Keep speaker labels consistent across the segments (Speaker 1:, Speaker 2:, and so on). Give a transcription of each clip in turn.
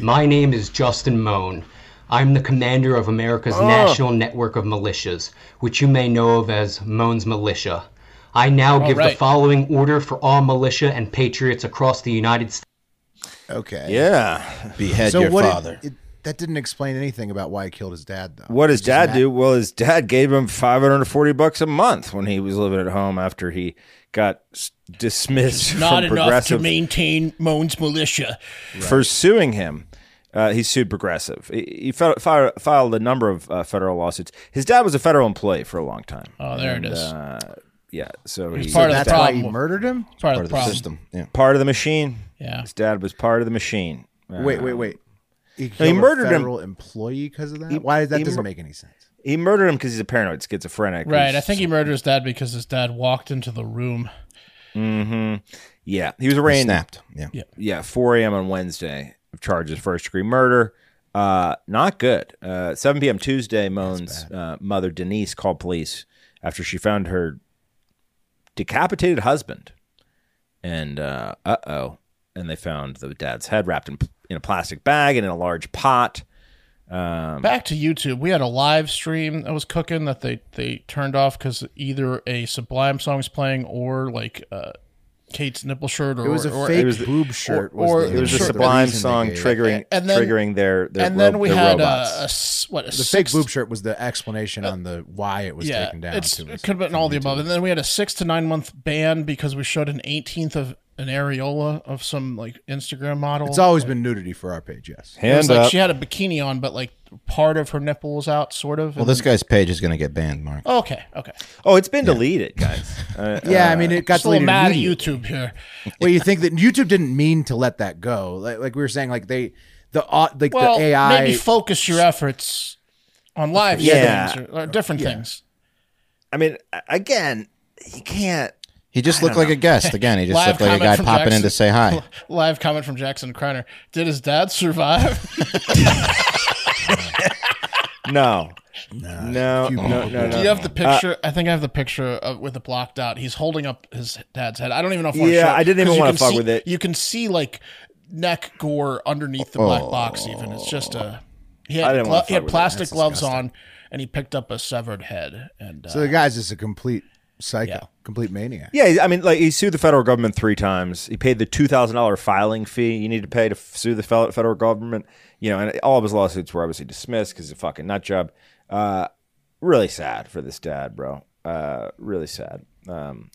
Speaker 1: My name is Justin Moan. I'm the commander of America's national network of militias, which you may know of as Moan's Militia. I now give the
Speaker 2: right.
Speaker 1: following order for all militia and patriots across the United States.
Speaker 3: Okay.
Speaker 4: Yeah,
Speaker 5: Behead your
Speaker 3: what it-
Speaker 5: father.
Speaker 3: it- That didn't explain anything about why he killed his dad, though.
Speaker 4: What does dad do? Well, his dad gave him 540 bucks a month when he was living at home after he got s- dismissed
Speaker 2: Not
Speaker 4: from
Speaker 2: enough to
Speaker 4: Progressive
Speaker 2: maintain Moan's militia.
Speaker 4: for suing him. Uh, he sued Progressive. He, he fi- fi- filed a number of uh, federal lawsuits. His dad was a federal employee for a long time.
Speaker 2: Oh, there it is.
Speaker 4: Uh, yeah, so he's
Speaker 2: part of the
Speaker 3: That's
Speaker 2: problem.
Speaker 3: why he murdered him?
Speaker 2: part,
Speaker 5: Part
Speaker 2: of
Speaker 5: of
Speaker 2: the
Speaker 5: the
Speaker 2: problem.
Speaker 5: system. Yeah.
Speaker 4: part of the machine.
Speaker 2: Yeah.
Speaker 4: His dad was part of the machine. Uh,
Speaker 3: Wait, wait, wait. He, killed
Speaker 4: murdered
Speaker 3: a
Speaker 4: him.
Speaker 3: federal employee because of that? why? That
Speaker 4: he
Speaker 3: doesn't
Speaker 4: mur-
Speaker 3: make any sense.
Speaker 4: He murdered him because he's a paranoid schizophrenic.
Speaker 2: Right. I
Speaker 4: He's-
Speaker 2: think he murdered his dad because his dad walked into the room.
Speaker 4: Yeah, he was arraigned.
Speaker 5: Snapped. Yeah.
Speaker 4: yeah, 4 a.m. on Wednesday of charges first degree murder. Uh, not good. Uh, 7 p.m. Tuesday, Moan's uh, mother Denise called police after she found her decapitated husband, and uh oh, and they found the dad's head wrapped in in a plastic bag and in a large pot.
Speaker 2: Back to YouTube. We had a live stream that was cooking that they they turned off because either a Sublime song was playing or like uh, Kate's nipple shirt or
Speaker 3: It was a
Speaker 2: or,
Speaker 3: fake
Speaker 4: was the-
Speaker 3: boob shirt.
Speaker 2: or-
Speaker 3: was the,
Speaker 4: It was
Speaker 2: Sure,
Speaker 4: a
Speaker 2: the
Speaker 4: Sublime
Speaker 3: reason they
Speaker 4: song
Speaker 3: gave.
Speaker 4: triggering
Speaker 2: And then-
Speaker 4: triggering their, their
Speaker 2: and then
Speaker 4: ro-
Speaker 2: we
Speaker 4: their
Speaker 2: had uh,
Speaker 4: robots.
Speaker 2: a, a s- what a
Speaker 3: The fake boob shirt was the explanation on the why it was
Speaker 2: yeah,
Speaker 3: taken down.
Speaker 2: It's,
Speaker 3: too,
Speaker 2: it
Speaker 3: was-
Speaker 2: could have been all the above. And then we had a six to nine month ban because we showed an eighteenth of an areola of some like Instagram model.
Speaker 3: It's always been nudity for our page, yes.
Speaker 2: It was
Speaker 4: Hand
Speaker 2: like
Speaker 4: up.
Speaker 2: she had a bikini on, but like part of her nipple was out, sort of.
Speaker 5: Well, this guy's page is going to get banned, Mark.
Speaker 2: okay, okay.
Speaker 4: oh, it's been deleted, guys. Uh,
Speaker 3: Yeah, I mean, it got
Speaker 2: Still
Speaker 3: deleted
Speaker 2: mad at
Speaker 3: immediately.
Speaker 2: YouTube here.
Speaker 3: Well, you think that YouTube didn't mean to let that go. Like, like we were saying, like they, the au- like
Speaker 2: Well,
Speaker 3: the AI.
Speaker 2: maybe focus your efforts on live
Speaker 4: Yeah.
Speaker 2: streams or, or different things.
Speaker 4: I mean, a- again, you can't.
Speaker 5: He just looked like a guest. Again, he just
Speaker 2: Live
Speaker 5: looked like a
Speaker 2: comment
Speaker 5: guy
Speaker 2: from
Speaker 5: popping in to
Speaker 2: Jackson.
Speaker 5: say hi.
Speaker 2: Live comment from Jackson Kreiner. Did his dad survive?
Speaker 4: No. No, no, no, no,
Speaker 2: Do you have the
Speaker 4: Uh,
Speaker 2: picture? I think I have the picture of, with it blocked out. He's holding up his dad's head. I don't even know if I wanna
Speaker 4: Yeah,
Speaker 2: show it,
Speaker 4: I didn't even
Speaker 2: 'cause you
Speaker 4: wanna
Speaker 2: can
Speaker 4: fuck
Speaker 2: see-
Speaker 4: with it.
Speaker 2: You can see like neck gore underneath the black box. Even it's just a he
Speaker 4: Oh. I
Speaker 2: had,
Speaker 4: didn't
Speaker 2: glo-
Speaker 4: wanna
Speaker 2: he
Speaker 4: fuck
Speaker 2: had
Speaker 4: with it.
Speaker 2: plastic gloves on, and he picked up a severed head. And uh,
Speaker 3: so the guy's just a complete psycho,
Speaker 2: Yeah.
Speaker 3: complete maniac.
Speaker 4: Yeah, I mean, like he sued the federal government three times. He paid the two thousand dollar filing fee you need to pay to f- sue the fel- federal government. You know, and all of his lawsuits were obviously dismissed because he's a fucking nut job. Uh, really sad for this dad, bro. Uh, really sad. Um,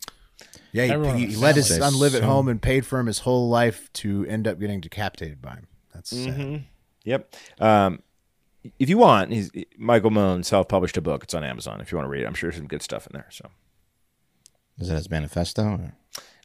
Speaker 3: Yeah,
Speaker 2: Everyone
Speaker 3: he, he,
Speaker 2: in the
Speaker 3: let his
Speaker 5: family.
Speaker 3: son live at home and paid for him his whole life to end up getting decapitated by him. That's sad.
Speaker 2: Mm-hmm.
Speaker 4: yep. Um, if you want, he's, Michael Moan self published a book. It's on Amazon. If you want to read it, I'm sure there's some good stuff in there. So.
Speaker 5: Is that his manifesto? Or?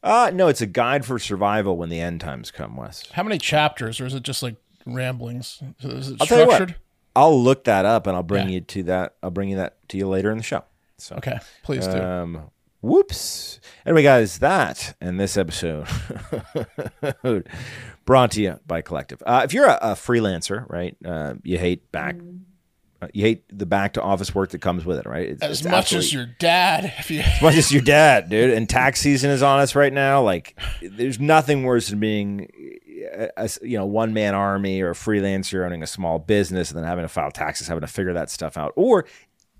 Speaker 4: Uh, no, it's a guide for survival when the end times come, Wes.
Speaker 2: how many chapters, or is it just like ramblings? Is it
Speaker 4: I'll tell you
Speaker 2: structured?
Speaker 4: what. I'll look that up and I'll bring
Speaker 2: Yeah.
Speaker 4: you to that. I'll bring you that to you later in the show. So
Speaker 2: Okay, please do.
Speaker 4: um, whoops. Anyway, guys, that and this episode brought to you by Collective. Uh, if you're a, a freelancer, right, uh, you hate back, uh, you hate the back to office work that comes with it, right? It's,
Speaker 2: as
Speaker 4: it's
Speaker 2: much
Speaker 4: absolutely-
Speaker 2: as your dad, if you
Speaker 4: as much as your dad, dude. And tax season is on us right now. Like, there's nothing worse than being, a, a- you know, one man army or a freelancer owning a small business and then having to file taxes, having to figure that stuff out, or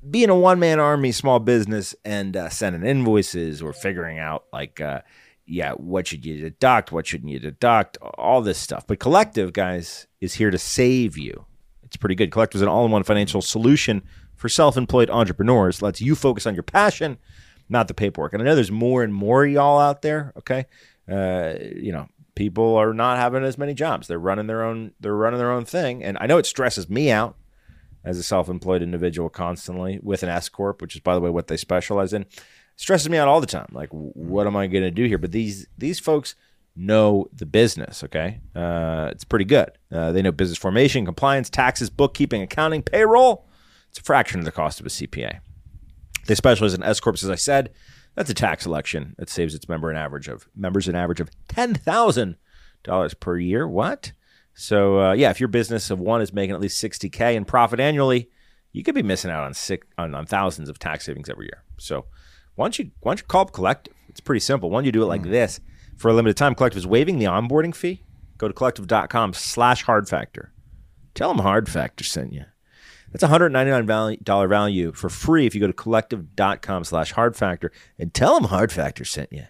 Speaker 4: being a one man army small business and uh, sending invoices or figuring out like, uh, yeah, what should you deduct? What shouldn't you deduct? All this stuff. But Collective, guys, is here to save you. It's pretty good. Collective is an all in one financial solution for self employed entrepreneurs. Lets you focus on your passion, not the paperwork. And I know there's more and more of y'all out there. Okay. Uh, you know, people are not having as many jobs. They're running their own, they're running their own thing. And I know it stresses me out as a self-employed individual constantly with an S corp, which is by the way what they specialize in, stresses me out all the time. Like, w- what am I going to do here? But these these folks know the business. Okay, uh, it's pretty good. Uh, they know business formation, compliance, taxes, bookkeeping, accounting, payroll. It's a fraction of the cost of a CPA. They specialize in S corps, as I said. That's a tax election that saves its member an average of members an average of ten thousand dollars per year. What? So uh, yeah, if your business of one is making at least sixty k in profit annually, you could be missing out on six on, on thousands of tax savings every year. So why don't you why don't you call up Collective? It's pretty simple. Why don't you do it like this for a limited time? Collective is waiving the onboarding fee. Go to collective.com slash hard factor. Tell them hard factor sent you. That's $199 value, value for free if you go to collective.com slash hard factor and tell them hard factor sent you.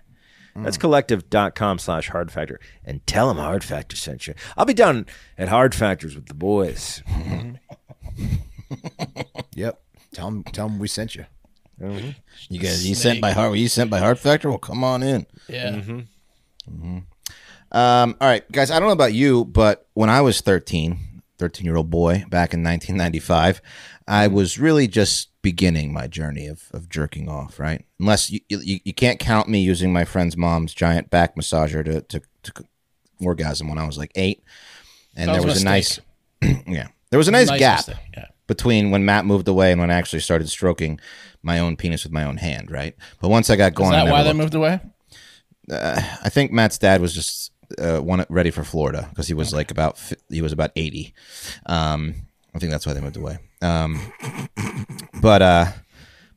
Speaker 4: That's collective.com slash hard factor. And tell them Hard Factor sent you. I'll be down at Hard Factors with the boys.
Speaker 3: Yep. Tell them, tell them we sent you.
Speaker 5: You guys, you sent by heart. Were you sent by Heart Factor? Well, come on in.
Speaker 2: Yeah.
Speaker 4: Mm-hmm.
Speaker 5: Um, all right, guys, I don't know about you, but when I was 13, 13 year old boy back in 1995, I was really just beginning my journey of, of jerking off, right? Unless you, you, you can't count me using my friend's mom's giant back massager to, to, to orgasm when I was like eight. And
Speaker 2: That
Speaker 5: there
Speaker 2: was a
Speaker 5: was a nice, yeah, there was a nice,
Speaker 2: Nice
Speaker 5: gap
Speaker 2: mistake, yeah.
Speaker 5: between when Matt moved away and when I actually started stroking my own penis with my own hand, right? But once I got going,
Speaker 2: Is
Speaker 5: I
Speaker 2: that
Speaker 5: never
Speaker 2: why they
Speaker 5: looked
Speaker 2: moved away?
Speaker 5: I think Matt's dad was just uh, one ready for Florida because he was like about fi- he was about eighty. Um, I think that's why they moved away. Um, but uh,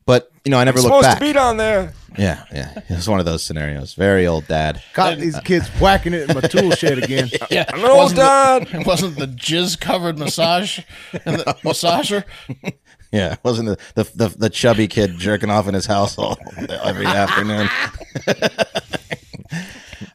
Speaker 5: but you know, I never looked back.
Speaker 4: down there.
Speaker 5: yeah, yeah, it was one of those scenarios. Very old dad.
Speaker 3: Caught these kids whacking it in my tool shed again.
Speaker 2: Yeah.
Speaker 4: I'm an old
Speaker 2: Wasn't the-
Speaker 4: dad.
Speaker 2: It wasn't the jizz covered massage and the massager.
Speaker 5: Yeah, it wasn't the the, the the chubby kid jerking off in his house all every afternoon.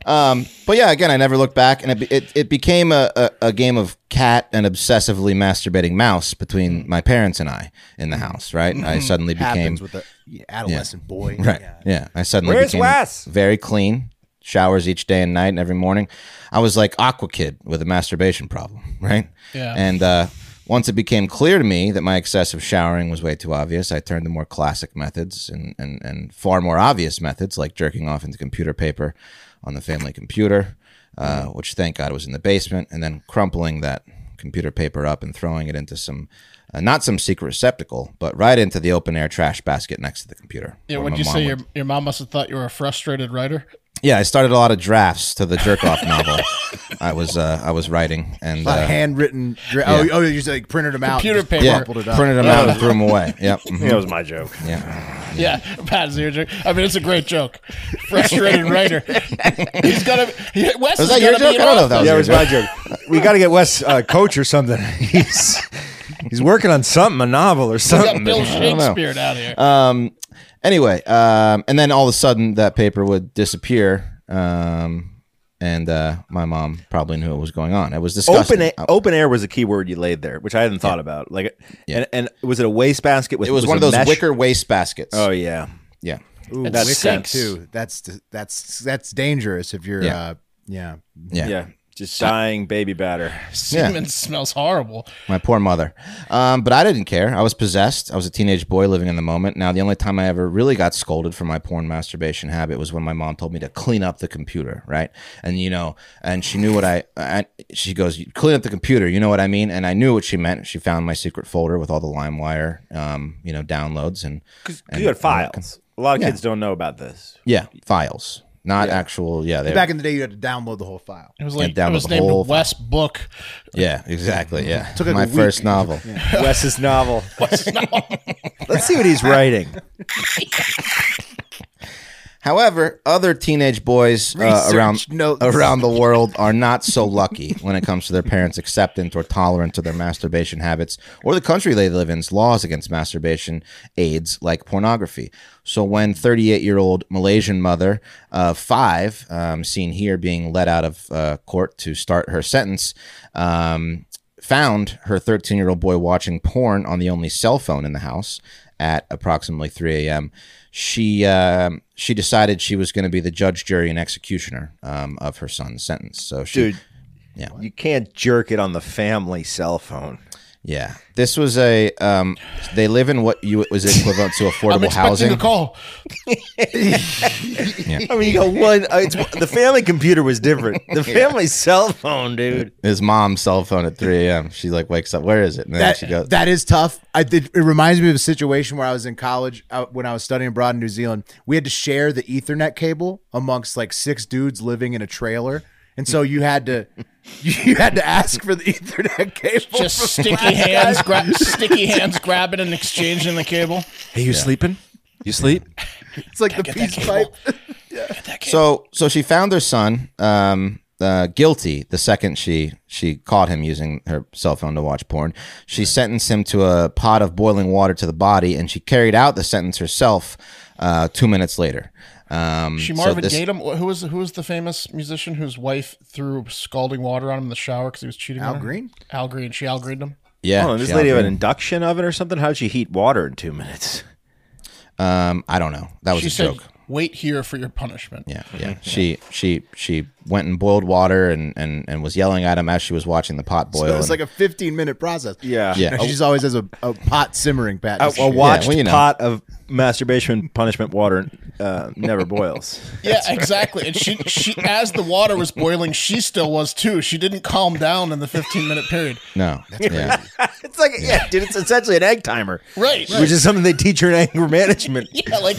Speaker 5: um, but yeah, again, I never looked back, and it be- it, it became a, a, a game of cat and obsessively masturbating mouse between my parents and I in the house. Right, I suddenly became
Speaker 3: Happens with a adolescent boy.
Speaker 5: Right. Yeah. I suddenly
Speaker 4: Where's
Speaker 5: became
Speaker 4: Wes?
Speaker 5: very clean. Showers each day and night and every morning. I was like Aqua Kid with a masturbation problem, right?
Speaker 2: Yeah.
Speaker 5: And uh, once it became clear to me that my excessive showering was way too obvious, I turned to more classic methods and, and, and far more obvious methods like jerking off into computer paper on the family computer, uh, which thank God was in the basement, and then crumpling that computer paper up and throwing it into some, uh, not some secret receptacle, but right into the open air trash basket next to the computer.
Speaker 2: Yeah,
Speaker 5: where
Speaker 2: would
Speaker 5: my
Speaker 2: you
Speaker 5: mom
Speaker 2: say
Speaker 5: would
Speaker 2: your your mom must have thought you were a frustrated writer?
Speaker 5: yeah, I started a lot of drafts to the jerk off novel I was uh, I was writing and
Speaker 3: A lot of
Speaker 5: uh,
Speaker 3: handwritten. Dra- oh, oh, you just like printed them out.
Speaker 2: Computer
Speaker 3: and just
Speaker 2: paper.
Speaker 5: yeah,
Speaker 3: crumpled it up.
Speaker 5: printed them out and threw them away. Yep. mhm,
Speaker 4: That was my joke.
Speaker 5: Yeah.
Speaker 2: Yeah, Pat is your joke. I mean, it's a great joke. Frustrated writer. He's gonna. he- Wes
Speaker 5: Was
Speaker 2: is
Speaker 5: that your
Speaker 2: gonna
Speaker 5: joke?
Speaker 2: be
Speaker 5: I
Speaker 2: an
Speaker 5: don't know if
Speaker 2: author.
Speaker 5: that was
Speaker 6: Yeah, it
Speaker 5: your
Speaker 6: was
Speaker 5: joke.
Speaker 6: my joke. We got to get Wes
Speaker 4: uh,
Speaker 6: a coach or something. He's he's working on something, a novel or
Speaker 2: We
Speaker 6: something.
Speaker 2: got Bill
Speaker 5: know.
Speaker 2: Shakespeare out here.
Speaker 5: Um. Anyway, um, and then all of a sudden that paper would disappear. Um, and uh, my mom probably knew what was going on. It was disgusting.
Speaker 4: Open air, open air was a key word you laid there, which I hadn't thought about. Like,
Speaker 5: Yeah.
Speaker 4: and, and was it a wastebasket? With,
Speaker 5: It was, one of those
Speaker 4: a mesh?
Speaker 5: wicker waste baskets.
Speaker 4: Oh yeah,
Speaker 5: yeah.
Speaker 4: Ooh,
Speaker 3: Wicker,
Speaker 4: stinks.
Speaker 3: too. That's that's that's dangerous if you're.
Speaker 5: Yeah.
Speaker 3: Uh, yeah.
Speaker 5: Yeah.
Speaker 4: Yeah, just dying baby batter.
Speaker 2: Semen smells horrible.
Speaker 5: My poor mother. Um, but I didn't care. I was possessed. I was a teenage boy living in the moment. Now, the only time I ever really got scolded for my porn masturbation habit was when my mom told me to clean up the computer, right? And, you know, and she knew what I, I she goes, "You clean up the computer. You know what I mean? And I knew what she meant. She found my secret folder with all the LimeWire, um, you know, downloads and,
Speaker 4: Because
Speaker 5: and
Speaker 4: you had files. A lot of kids don't know about this.
Speaker 5: yeah, files, not actual. Yeah. they
Speaker 3: Back in the day, you had to download the whole file.
Speaker 2: It was like
Speaker 5: down
Speaker 2: it was
Speaker 5: with the whole
Speaker 2: named
Speaker 5: file.
Speaker 2: Wes Book.
Speaker 5: yeah, exactly. Yeah.
Speaker 3: like
Speaker 5: my
Speaker 3: a week.
Speaker 5: first novel.
Speaker 4: Wes's novel. Let's see what he's writing.
Speaker 5: However, other teenage boys uh,
Speaker 3: Research
Speaker 5: around
Speaker 3: notes.
Speaker 5: around the world are not so lucky when it comes to their parents' acceptance or tolerance of their masturbation habits or the country they live in's laws against masturbation aids like pornography. So when 38-year-old Malaysian mother of five, um, seen here being let out of uh, court to start her sentence, um, found her 13 year old boy watching porn on the only cell phone in the house at approximately 3 a.m. She um she decided she was going to be the judge, jury, and executioner um, of her son's sentence. So she,
Speaker 4: Dude, you can't jerk it on the family cell phone.
Speaker 5: yeah, this was a um, they live in what you was equivalent to
Speaker 2: I'm
Speaker 5: affordable
Speaker 2: expecting
Speaker 5: housing.
Speaker 2: a call.
Speaker 4: I mean, you go one. uh, It's the family computer was different. The family cell phone, dude.
Speaker 5: His mom's cell phone at 3 a.m. She like wakes up. Where is it? And then
Speaker 3: That,
Speaker 5: she goes.
Speaker 3: that is tough. I did, it reminds me of a situation where I was in college uh, when I was studying abroad in New Zealand. We had to share the Ethernet cable amongst like six dudes living in a trailer, and so you had to you had to ask for the Ethernet cable.
Speaker 2: Just
Speaker 3: from
Speaker 2: sticky
Speaker 3: last
Speaker 2: hands,
Speaker 3: guy.
Speaker 2: gra- sticky hands grabbing and exchanging the cable.
Speaker 6: Hey, you sleeping? You sleep?
Speaker 3: It's like the
Speaker 2: Get that
Speaker 3: peace
Speaker 2: cable.
Speaker 3: pipe.
Speaker 5: So so she found her son. Um, uh, guilty the second she she caught him using her cell phone to watch porn. She sentenced him to a pot of boiling water to the body, and she carried out the sentence herself uh, two minutes later. Um,
Speaker 2: She
Speaker 5: so
Speaker 2: Marvin
Speaker 5: this-
Speaker 2: Gaye him. Who was who was the famous musician whose wife threw scalding water on him in the shower because he was cheating?
Speaker 3: Al
Speaker 2: on her?
Speaker 3: Green?
Speaker 2: Al Green. She Al Greened him.
Speaker 5: Yeah,
Speaker 4: oh, and this
Speaker 5: she
Speaker 4: lady
Speaker 5: out
Speaker 4: have an
Speaker 5: there.
Speaker 4: induction oven or something? How did she heat water in two minutes?
Speaker 5: Um, I don't know. That was
Speaker 2: She
Speaker 5: a
Speaker 2: said,
Speaker 5: joke.
Speaker 2: "Wait here for your punishment."
Speaker 5: Yeah, yeah. She she she went and boiled water and and and was yelling at him as she was watching the pot boil.
Speaker 3: So it's
Speaker 5: and-
Speaker 3: like a 15 minute process.
Speaker 4: Yeah.
Speaker 5: Yeah.
Speaker 3: And she just always has a, a pot simmering, Pat.
Speaker 4: A,
Speaker 3: Just-
Speaker 4: a watched
Speaker 5: well, you know.
Speaker 4: pot of masturbation punishment water uh, never boils.
Speaker 2: Yeah, exactly. And she, she, as the water was boiling, she still was too. She didn't calm down in the 15 minute period.
Speaker 5: no, yeah.
Speaker 4: it's like, yeah. dude, it's essentially an egg timer,
Speaker 2: Right.
Speaker 4: Which is something they teach her in anger management.
Speaker 2: Yeah, like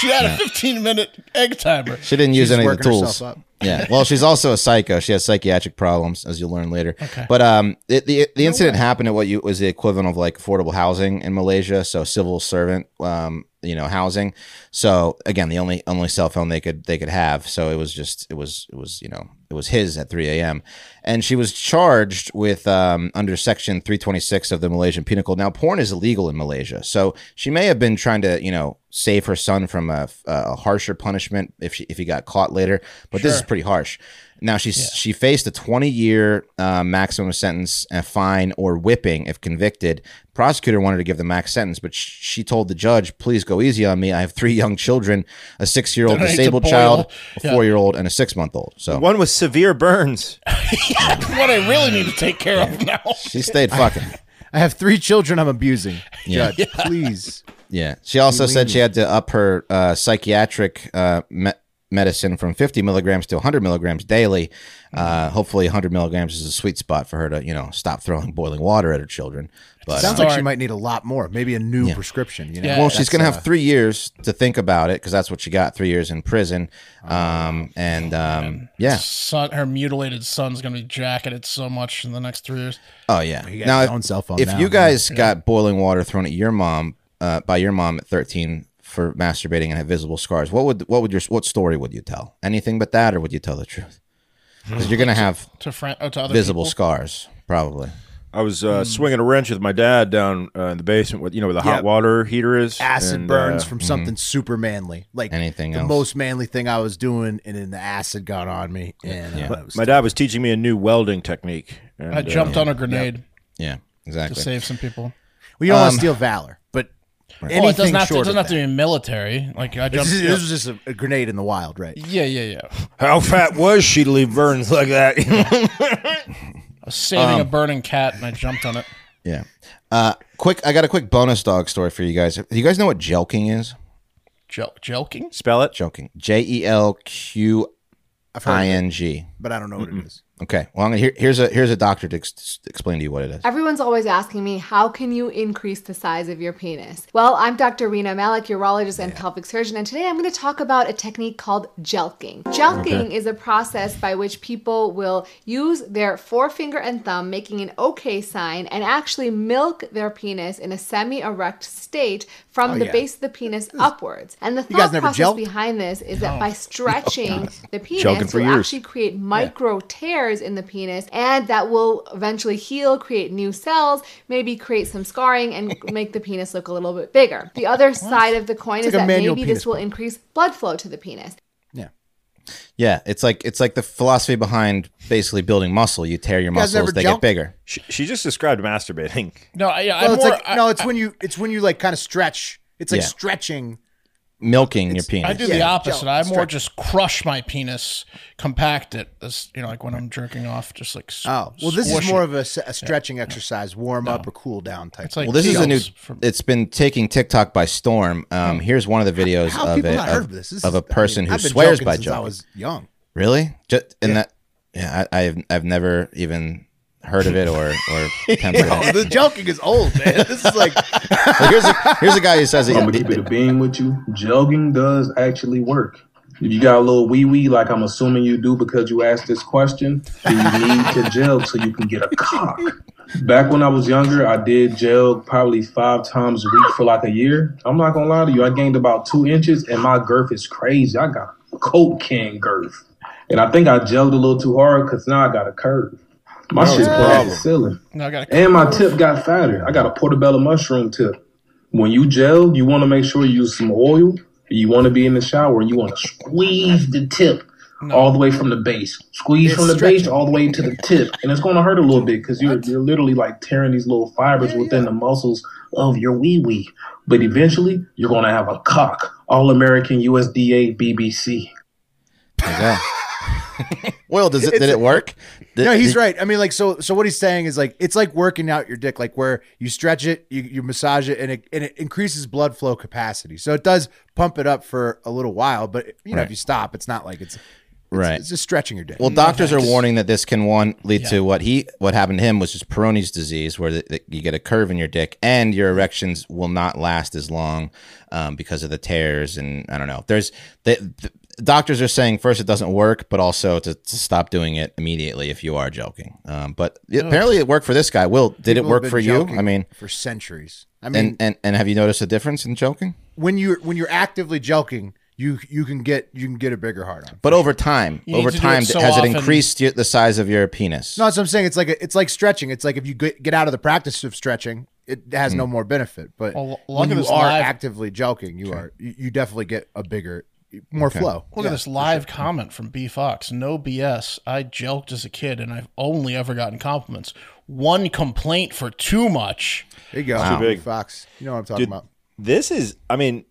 Speaker 2: she had a 15 minute egg timer.
Speaker 5: She didn't use
Speaker 3: She's
Speaker 5: any of the
Speaker 3: working herself
Speaker 5: tools.
Speaker 3: up.
Speaker 5: Yeah. Well, she's also a psycho. She has psychiatric problems, as you'll learn later. But um, it, the the incident happened at what you was the equivalent of like affordable housing in Malaysia, so civil servant, um, you know, housing. So again, the only only cell phone they could they could have. So it was just it was it was you know it was his at 3 a.m. and she was charged with um, under section 326 of the Malaysian Penal Code. Now, porn is illegal in Malaysia, so she may have been trying to you know save her son from a, a harsher punishment if she, if he got caught later. But this is pretty harsh. Now she she faced a 20 year uh, maximum sentence, a fine, or whipping if convicted. Prosecutor wanted to give the max sentence, but sh- she told the judge, "Please go easy on me. I have three young children: a six year old
Speaker 2: That ain't to
Speaker 5: disabled
Speaker 2: boil.
Speaker 5: child, a
Speaker 2: Yeah.
Speaker 5: four year old, and a six month old." So
Speaker 4: One with severe burns.
Speaker 2: What I really need to take care of now.
Speaker 5: she stayed fucking.
Speaker 3: I have three children I'm abusing.
Speaker 5: Yeah.
Speaker 3: Judge, please.
Speaker 5: Yeah. She also said she had to up her uh, psychiatric uh, me- medicine from 50 milligrams to 100 milligrams daily. Uh, hopefully, 100 milligrams is a sweet spot for her to, you know, stop throwing boiling water at her children. But
Speaker 3: Sounds
Speaker 5: um,
Speaker 3: like she might need a lot more. Maybe a new prescription. You know?
Speaker 2: Yeah.
Speaker 5: well, she's going to have three years to think about it because that's what she got three years in prison. Um, and um, yeah.
Speaker 2: Son, her mutilated son's going to be jacketed so much in the next three years.
Speaker 5: Oh, yeah.
Speaker 3: You got
Speaker 5: Now,
Speaker 3: your
Speaker 5: if-
Speaker 3: own cell phone.
Speaker 5: if
Speaker 3: now,
Speaker 5: you
Speaker 3: huh?
Speaker 5: guys got boiling water thrown at your mom uh, by your mom at 13 for masturbating and have visible scars what would what would your what story would you tell anything but that or would you tell the truth
Speaker 3: Hmm.
Speaker 5: 'Cause you're gonna have
Speaker 2: To friend, oh, to other
Speaker 5: visible
Speaker 2: people.
Speaker 5: scars probably
Speaker 7: I was uh, swinging a wrench with my dad down uh, in the basement, with you know, where the hot water heater is.
Speaker 3: acid
Speaker 7: and,
Speaker 3: burns
Speaker 7: uh,
Speaker 3: from something super manly, like
Speaker 5: mhm. Anything
Speaker 3: the
Speaker 5: else.
Speaker 3: most manly thing I was doing, and then the acid got on me, and uh, it was
Speaker 7: my dad was teaching me a new welding technique. And, uh,
Speaker 2: I jumped on a grenade
Speaker 5: yeah
Speaker 2: to
Speaker 5: exactly
Speaker 2: save some people.
Speaker 3: Well, you don't want to steal valor, but anything
Speaker 2: Well, um, Oh, it doesn't, have to, it
Speaker 3: short
Speaker 2: doesn't
Speaker 3: of
Speaker 2: have to be military. Like I
Speaker 3: that.
Speaker 2: jumped.
Speaker 3: This, is,
Speaker 2: yeah.
Speaker 3: this was just a, a grenade in the wild, right?
Speaker 2: yeah, yeah, yeah.
Speaker 6: How fat was she to leave burns like that?
Speaker 2: I was saving
Speaker 3: Um,
Speaker 2: a burning cat and I jumped on it.
Speaker 5: yeah uh quick i got a quick bonus dog story for you guys do you guys know what jelking is
Speaker 2: Jel- jelking?
Speaker 4: Spell it.
Speaker 5: jelking j-e-l-q-i-n-g
Speaker 3: I've heard, of it, but I don't know what it is.
Speaker 5: okay well I'm gonna, here, here's a here's a doctor to ex- explain to you what it is
Speaker 8: Everyone's always asking me, how can you increase the size of your penis? Well, I'm Dr. Rena Malik, urologist and pelvic surgeon, and today I'm going to talk about a technique called jelking. Jelking is a process by which people will use their forefinger and thumb, making an OK sign, and actually milk their penis in a semi erect state from the base of the penis upwards. And the
Speaker 3: Oh, Hmm. You guys
Speaker 8: thought
Speaker 3: never
Speaker 8: process
Speaker 3: jelked?
Speaker 8: behind this is that by stretching the
Speaker 4: Jelking
Speaker 8: penis,
Speaker 4: for
Speaker 8: you'll
Speaker 4: years.
Speaker 8: actually create micro tears in the penis, and that will eventually heal, create new cells, maybe create some scarring, and make the penis look a little bit bigger. The other side of the coin is
Speaker 3: like a
Speaker 8: that
Speaker 3: manual
Speaker 8: maybe
Speaker 3: penis
Speaker 8: this will increase blood flow to the penis.
Speaker 3: Yeah,
Speaker 5: yeah it's like it's like the philosophy behind basically building muscle you tear your
Speaker 3: guys
Speaker 5: muscles
Speaker 3: ever
Speaker 5: they
Speaker 3: jelk?
Speaker 5: get bigger
Speaker 4: She, she just described masturbating.
Speaker 2: No, I, yeah,
Speaker 3: well,
Speaker 2: I'm
Speaker 3: it's
Speaker 2: more,
Speaker 3: like
Speaker 2: I,
Speaker 3: no, it's when you it's when you like kind of stretch. It's like
Speaker 5: Yeah.
Speaker 3: stretching.
Speaker 5: milking your penis
Speaker 2: I do the
Speaker 3: Yeah,
Speaker 2: opposite.
Speaker 3: gel,
Speaker 2: I more just crush my penis, compact it. This, you know, like when I'm jerking off, just like s-
Speaker 3: Oh, well, this
Speaker 2: squish
Speaker 3: is more
Speaker 2: it.
Speaker 3: of a, s- a stretching exercise, warm up or cool down type.
Speaker 2: It's like
Speaker 5: Well, this is a new.
Speaker 2: Kegels from-
Speaker 5: It's been taking TikTok by storm. Um, here's one of the videos
Speaker 3: how have
Speaker 5: of
Speaker 3: people
Speaker 5: a
Speaker 3: not heard
Speaker 5: of,
Speaker 3: of this? This
Speaker 5: of
Speaker 3: is-
Speaker 5: a
Speaker 3: I mean,
Speaker 5: person who
Speaker 3: I've been
Speaker 5: swears
Speaker 3: joking
Speaker 5: by
Speaker 3: since I
Speaker 5: joking.
Speaker 3: was young.
Speaker 5: really? Just and that. Yeah, I, I've I've never even heard of it or or attempted
Speaker 3: Oh,
Speaker 5: it.
Speaker 3: the joking is old, man. This is like
Speaker 5: Well, here's a, here's a guy who says
Speaker 9: I'm gonna
Speaker 5: it.
Speaker 9: keep it a being with you. Jogging does actually work. If you got a little wee wee, like I'm assuming you do because you asked this question, then you need to gel so you can get a cock. Back when I was younger, I did gel probably five times a week for like a year. I'm not gonna lie to you, I gained about two inches and my girth is crazy. I got Coke can girth. And I think I gelled a little too hard because now I got a curve. My
Speaker 2: That was
Speaker 9: shit's
Speaker 2: a
Speaker 9: flat
Speaker 2: problem.
Speaker 9: as ceiling.
Speaker 2: Now I got
Speaker 9: And my tip got fatter. I got a portobello mushroom tip. When you gel, you want to make sure you use some oil. You want to be in the shower and you want to squeeze the tip all the way from the base. Squeeze from the base all the way to the tip. And it's going to hurt a little bit because you're, you're literally like tearing these little fibers within the muscles of your wee wee. But eventually, you're going to have a cock. All American USDA BBC.
Speaker 5: Yeah. Will, does it did it work? Did-
Speaker 3: no, he's
Speaker 5: did-
Speaker 3: right. I mean, like, so, so what he's saying is like, it's like working out your dick, like where you stretch it, you, you massage it, and it and it increases blood flow capacity. So it does pump it up for a little while, but you know, if
Speaker 5: Right.
Speaker 3: you stop, it's not like it's it's-
Speaker 5: Right.
Speaker 3: It's just stretching your dick.
Speaker 5: Well, doctors are warning that this can one lead to what he what happened to him, which is Peyronie's disease, where the, the- you get a curve in your dick and your erections will not last as long um, because of the tears and I don't know. There's the, the doctors are saying first it doesn't work, but also to, to stop doing it immediately if you are joking. Um, but it- apparently it worked for this guy. Will did it
Speaker 3: People have
Speaker 5: work
Speaker 3: been
Speaker 5: for you?
Speaker 3: joking
Speaker 5: I mean,
Speaker 3: for centuries. I mean,
Speaker 5: and, and and have you noticed a difference in joking?
Speaker 3: when you when you're actively joking, you you can get you can get a bigger hard on.
Speaker 5: But over time,
Speaker 2: You need
Speaker 5: over
Speaker 2: to do
Speaker 5: time,
Speaker 2: it so
Speaker 5: has
Speaker 2: often.
Speaker 5: it increased y- the size of your penis?
Speaker 3: No, that's what I'm saying. It's like a, it's like stretching. It's like if you get, get out of the practice of stretching, it has
Speaker 5: Hmm.
Speaker 3: no more benefit. But
Speaker 2: Well, look
Speaker 3: when
Speaker 2: at
Speaker 3: you
Speaker 2: this
Speaker 3: are
Speaker 2: live-
Speaker 3: actively joking, you are you, you definitely get a bigger, more flow.
Speaker 2: Look at this live comment from B Fox. No BS. I jelked as a kid, and I've only ever gotten compliments. One complaint for too much.
Speaker 3: There you go,
Speaker 5: Wow. Too
Speaker 4: big.
Speaker 3: Fox. You know what I'm talking
Speaker 4: Dude,
Speaker 3: about.
Speaker 4: this is. I mean,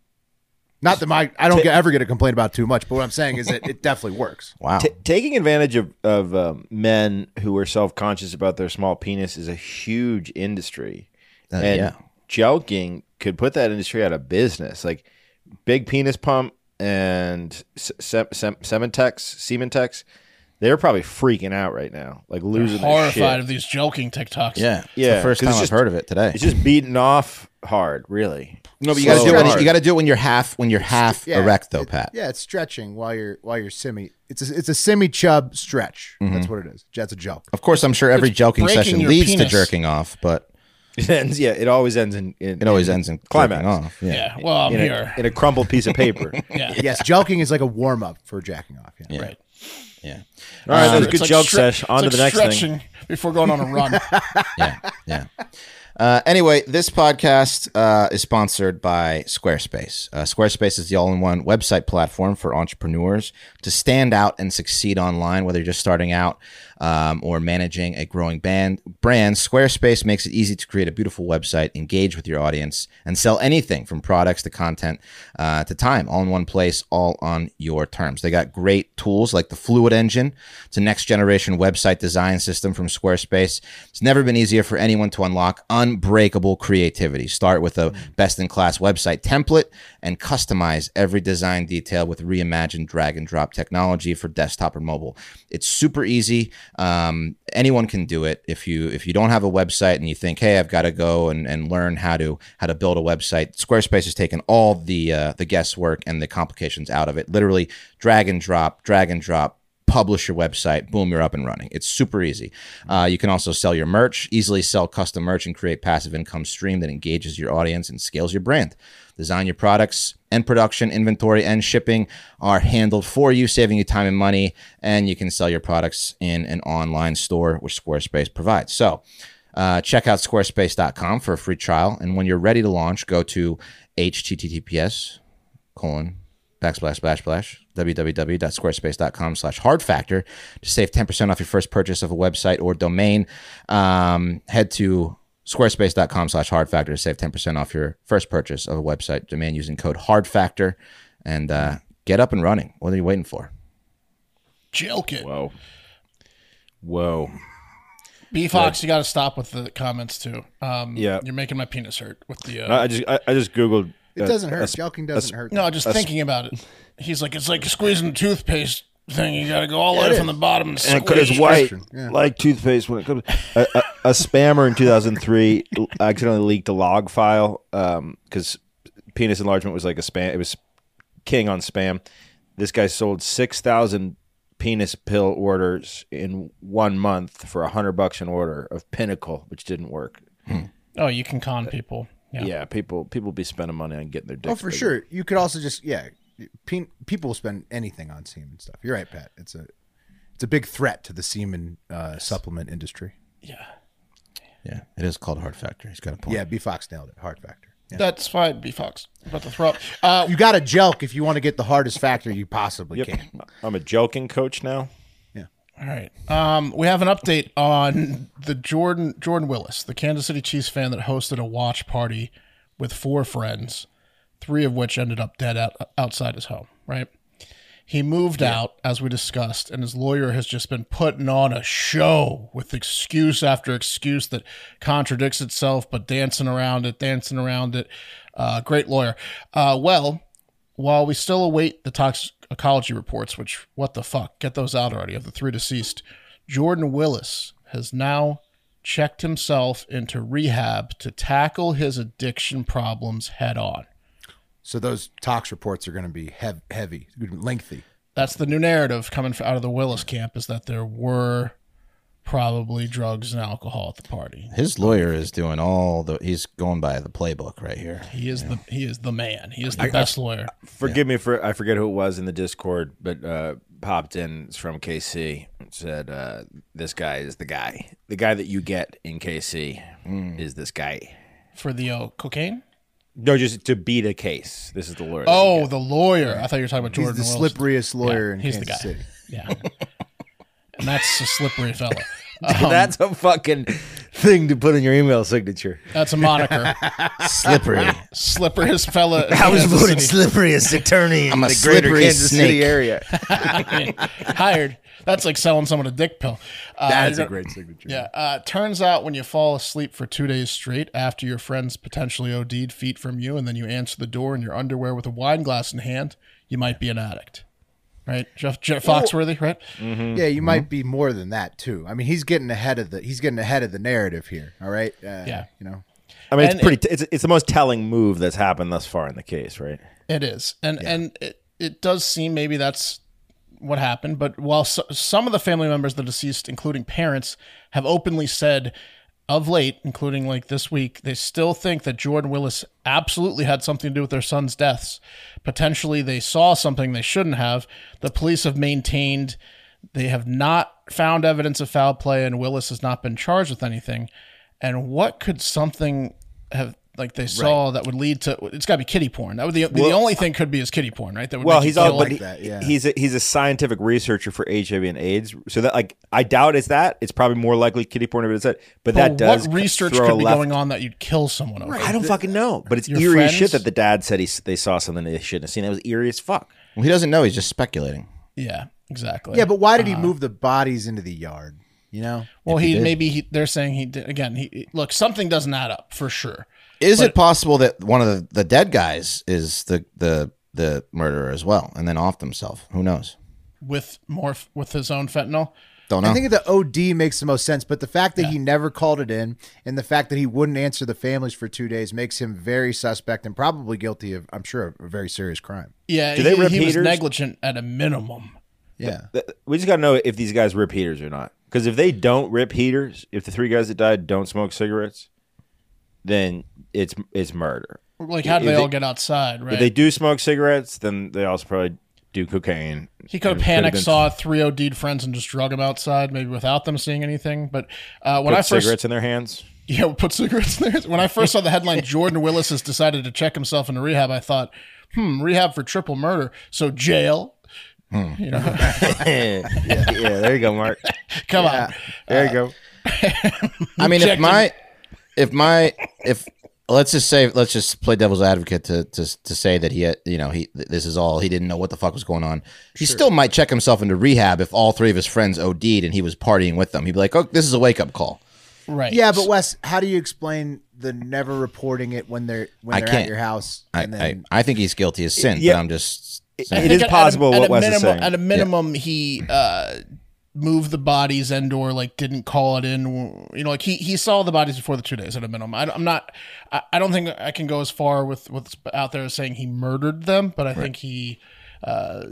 Speaker 3: Not that my I don't get, ever get a complaint about too much, but what I'm saying is that it definitely works.
Speaker 5: Wow.
Speaker 4: t- taking advantage of of um, men who are self conscious about their small penis is a huge industry,
Speaker 5: Uh,
Speaker 4: and
Speaker 5: yeah.
Speaker 4: joking could put that industry out of business. Like big penis pump and Se- Se- Se- Sementex, Sementex, they're probably freaking out right now, like losing their
Speaker 2: Horrified
Speaker 4: shit.
Speaker 2: of these joking TikToks.
Speaker 5: yeah, It's
Speaker 4: Yeah,
Speaker 5: The first
Speaker 4: 'cause
Speaker 5: time
Speaker 4: it's
Speaker 5: I've
Speaker 4: just-
Speaker 5: heard of it today.
Speaker 4: It's just beating off hard, really.
Speaker 5: No, but you
Speaker 4: So
Speaker 5: gotta do it when you,
Speaker 4: hard.
Speaker 5: you gotta do it when you're half when you're half
Speaker 3: Yeah,
Speaker 5: erect though,
Speaker 3: it-
Speaker 5: Pat.
Speaker 3: Yeah, it's stretching while you're while you're semi. It's a, it's a semi chub stretch.
Speaker 5: Mm-hmm.
Speaker 3: That's what it is. That's a joke.
Speaker 5: Of course, I'm sure every joking
Speaker 2: breaking
Speaker 5: session
Speaker 2: your
Speaker 5: leads to
Speaker 2: penis.
Speaker 5: jerking off, but
Speaker 4: It ends, yeah. It always ends in. in
Speaker 5: it always ends in
Speaker 4: climax.
Speaker 5: climax. Off. Yeah.
Speaker 2: Yeah. Well, I'm
Speaker 4: in a,
Speaker 2: here.
Speaker 4: in a crumpled piece of paper.
Speaker 2: yeah.
Speaker 3: Yes, joking is like a warm up for jacking off. Yeah.
Speaker 2: Right.
Speaker 5: yeah,
Speaker 4: All right, that was a
Speaker 2: Um, It's
Speaker 4: good
Speaker 2: like
Speaker 4: joke
Speaker 2: stre-
Speaker 4: sesh. On to
Speaker 2: it's
Speaker 4: the
Speaker 2: like
Speaker 4: next thing.
Speaker 2: stretching Before going on a run.
Speaker 5: yeah, yeah. Uh, anyway, this podcast uh, is sponsored by Squarespace. Uh, Squarespace is the all-in-one website platform for entrepreneurs to stand out and succeed online, whether you're just starting out um, or managing a growing band brand. Squarespace makes it easy to create a beautiful website, engage with your audience, and sell anything from products to content uh, to time, all in one place, all on your terms. They got great tools like the Fluid Engine. It's a next generation website design system from Squarespace. It's never been easier for anyone to unlock unbreakable creativity. Start with a best in class website template and customize every design detail with reimagined drag and drop technology for desktop or mobile. It's super easy. Um, anyone can do it. If you if you don't have a website and you think, hey, I've got to go and, and learn how to how to build a website, Squarespace has taken all the uh, the guesswork and the complications out of it. Literally, drag and drop, drag and drop publish your website boom you're up and running it's super easy uh, you can also sell your merch easily sell custom merch and create passive income stream that engages your audience and scales your brand design your products and production inventory and shipping are handled for you saving you time and money and you can sell your products in an online store which squarespace provides so uh, check out squarespace.com for a free trial and when you're ready to launch go to https colon backsplash bash splash www.squarespace.com slash hard factor to save 10% off your first purchase of a website or domain um, head to squarespace.com slash hard factor to save 10% off your first purchase of a website domain using code hard factor and uh, get up and running what are you waiting for
Speaker 2: Joke it.
Speaker 4: Whoa. Whoa.
Speaker 2: B Fox, you got to stop with the comments too. Um,
Speaker 4: Yeah.
Speaker 2: You're making my penis hurt with the. Uh,
Speaker 4: I I just I, I just googled. uh,
Speaker 3: It doesn't hurt. Joking doesn't hurt.
Speaker 2: no, just thinking about it. He's like, it's like squeezing the toothpaste thing. You got to go all the
Speaker 3: Yeah, it
Speaker 2: way from
Speaker 3: is.
Speaker 2: the bottom and,
Speaker 4: and
Speaker 2: squeeze.
Speaker 4: it's white like toothpaste when it comes. a, a, a spammer in 2003 l- accidentally leaked a log file because penis enlargement was like a spam. It was king on spam. This guy sold six thousand penis pill orders in one month for a hundred bucks an order of Pinnacle, which didn't work.
Speaker 2: Oh, you can con people. Yeah.
Speaker 4: Yeah, people people be spending money on getting their dick.
Speaker 3: Oh, for sure. You could also just yeah. Pe- people spend anything on semen and stuff. You're right, Pat. It's a it's a big threat to the semen uh, supplement industry.
Speaker 5: Yeah, it is called Hard Factor. He's got a point.
Speaker 3: Yeah, B Fox nailed it. Hard factor. Yeah.
Speaker 2: That's fine, B Fox. About to throw up. Uh,
Speaker 3: You got to jelk if you want to get the hardest factor you possibly
Speaker 4: Yep.
Speaker 3: can.
Speaker 4: I'm a joking coach now.
Speaker 2: all right. Um, we have an update on the Jordan Jordan Willis, the Kansas City Chiefs fan that hosted a watch party with four friends, three of which ended up dead out, outside his home. Right. He moved out, as we discussed, and his lawyer has just been putting on a show with excuse after excuse that contradicts itself, but dancing around it, dancing around it. Uh, great lawyer. Uh, well, while we still await the toxicology reports, which, what the fuck, get those out already of the three deceased, Jordan Willis has now checked himself into rehab to tackle his addiction problems head on.
Speaker 3: So those tox reports are going to be hev- heavy, lengthy.
Speaker 2: that's the new narrative coming f- out of the Willis camp is that there were probably drugs and alcohol at the party.
Speaker 5: His lawyer is doing all the. He's going by the playbook right here.
Speaker 2: He is the he is the man. He is the best lawyer.
Speaker 4: Forgive me for I forget who it was in the Discord, but uh, popped in it's from KC and said, uh, "This guy is the guy. The guy that you get in KC is this guy."
Speaker 2: For the uh, cocaine?
Speaker 4: No, just to beat a case. This is the lawyer. that you
Speaker 2: Oh,
Speaker 4: get.
Speaker 2: the lawyer. I thought you were talking about
Speaker 3: He's
Speaker 2: Jordan
Speaker 3: the
Speaker 2: Willis.
Speaker 3: slipperiest lawyer in
Speaker 2: he's the
Speaker 3: Kansas
Speaker 2: guy.
Speaker 3: City.
Speaker 2: Yeah. and that's a slippery fella. um,
Speaker 4: that's a fucking thing to put in your email signature.
Speaker 2: That's a moniker.
Speaker 5: Slippery.
Speaker 2: Slipperiest fella. in
Speaker 6: I was
Speaker 2: Kansas
Speaker 6: voted
Speaker 2: City.
Speaker 6: slipperiest attorney.
Speaker 5: I'm a
Speaker 4: The greater
Speaker 5: slippery
Speaker 4: Kansas City
Speaker 5: snake.
Speaker 4: area.
Speaker 2: Hired. That's like selling someone a dick pill. Uh,
Speaker 3: That's
Speaker 2: you
Speaker 3: a
Speaker 2: don't-
Speaker 3: great signature.
Speaker 2: Yeah. Uh, turns out when you fall asleep for two days straight after your friends potentially OD'd feet from you, and then you answer the door in your underwear with a wine glass in hand, you might be an addict. Right, Jeff, Jeff Foxworthy, right?
Speaker 3: Mm-hmm. Yeah, you might be more than that too. I mean, he's getting ahead of the he's getting ahead of the narrative here. All right. Uh,
Speaker 2: Yeah.
Speaker 3: You know.
Speaker 4: I mean,
Speaker 2: And
Speaker 4: it's pretty. it's it's the most telling move that's happened thus far in the case, right?
Speaker 2: It is, and and it, it does seem maybe that's what happened. But while so, some of the family members of the deceased, including parents, have openly said of late, including like this week, they still think that Jordan Willis absolutely had something to do with their son's deaths. Potentially, they saw something they shouldn't have. The police have maintained they have not found evidence of foul play, and Willis has not been charged with anything. And what could something have like they saw that would lead to? It's got to be kitty porn. That would be the, the only thing could be is kitty porn, right? That would
Speaker 4: Well,
Speaker 2: make you
Speaker 4: he's
Speaker 2: feel
Speaker 4: all, but
Speaker 2: like
Speaker 4: he,
Speaker 3: that, yeah.
Speaker 4: he's a, he's a scientific researcher for HIV and AIDS. So that like I doubt it's that. It's probably more likely kitty porn, but it's that.
Speaker 2: But
Speaker 4: But that does
Speaker 2: what research
Speaker 4: throw a
Speaker 2: could be
Speaker 4: left-
Speaker 2: going on that you'd kill someone over?
Speaker 4: I don't fucking know. But it's
Speaker 2: Your
Speaker 4: eerie as
Speaker 2: friends?
Speaker 4: shit that the dad said he s- they saw something they shouldn't have seen. That was eerie as fuck.
Speaker 5: Well, he doesn't know. He's just speculating.
Speaker 2: Yeah, exactly.
Speaker 3: Yeah, but why
Speaker 2: Uh,
Speaker 3: did he move the bodies into the yard? You know.
Speaker 2: well, he, maybe he, they're saying he did again. He look something doesn't add up for sure.
Speaker 5: Is it possible that one of the, the dead guys is the the the murderer as well, and then off himself? Who knows?
Speaker 2: With more f- with his own fentanyl,
Speaker 5: Don't know.
Speaker 3: I think the OD makes the most sense, but the fact that he never called it in and the fact that he wouldn't answer the families for two days makes him very suspect and probably guilty of, I'm sure, a very serious crime.
Speaker 2: yeah,
Speaker 4: Do they
Speaker 2: he,
Speaker 4: rip
Speaker 2: he was
Speaker 4: heaters?
Speaker 2: negligent at a minimum.
Speaker 3: Yeah.
Speaker 4: Th- We just got to know if these guys rip heaters or not. Because if they don't rip heaters, if the three guys that died don't smoke cigarettes, then it's it's murder.
Speaker 2: Like, how do
Speaker 4: If
Speaker 2: they,
Speaker 4: they-
Speaker 2: all get outside? Right?
Speaker 4: If they do smoke cigarettes, then they also probably do cocaine.
Speaker 2: He could have
Speaker 4: It could've
Speaker 2: panicked,
Speaker 4: been-
Speaker 2: saw three OD'd friends, and just drug them outside, maybe without them seeing anything. But uh, when
Speaker 4: Put
Speaker 2: I first
Speaker 4: cigarettes in their hands.
Speaker 2: yeah, we put cigarettes in there. When I first saw the headline, Jordan Willis has decided to check himself into rehab. I thought, hmm, rehab for triple murder, so jail. You know,
Speaker 4: yeah, yeah, there you go, Mark.
Speaker 2: come on.
Speaker 4: There you
Speaker 2: Uh,
Speaker 4: go.
Speaker 5: I mean, if
Speaker 2: Objective.
Speaker 5: my, if my, if let's just say, let's just play devil's advocate to to, to say that he, had, you know, he this is all he didn't know what the fuck was going on. He still might check himself into rehab if all three of his friends OD'd and he was partying with them. He'd be like, oh, this is a wake up call.
Speaker 2: Right.
Speaker 3: Yeah, but Wes, how do you explain the never reporting it when they're when
Speaker 5: I
Speaker 3: they're at
Speaker 5: can't.
Speaker 3: your house?
Speaker 5: I,
Speaker 3: And then
Speaker 5: I, I think he's guilty as sin,
Speaker 4: Yeah.
Speaker 5: but I'm just
Speaker 2: I
Speaker 5: saying.
Speaker 4: It
Speaker 2: think
Speaker 4: is
Speaker 2: at- at a-
Speaker 4: possible
Speaker 2: at
Speaker 4: what
Speaker 2: a
Speaker 4: Wes is
Speaker 2: minimum,
Speaker 4: saying.
Speaker 2: At a minimum, he uh, moved the bodies and or like didn't call it in. You know, like he, he saw the bodies before the two days at a minimum. I, am not. I, I don't think I can go as far with what's out there as saying he murdered them, but I think he. Uh,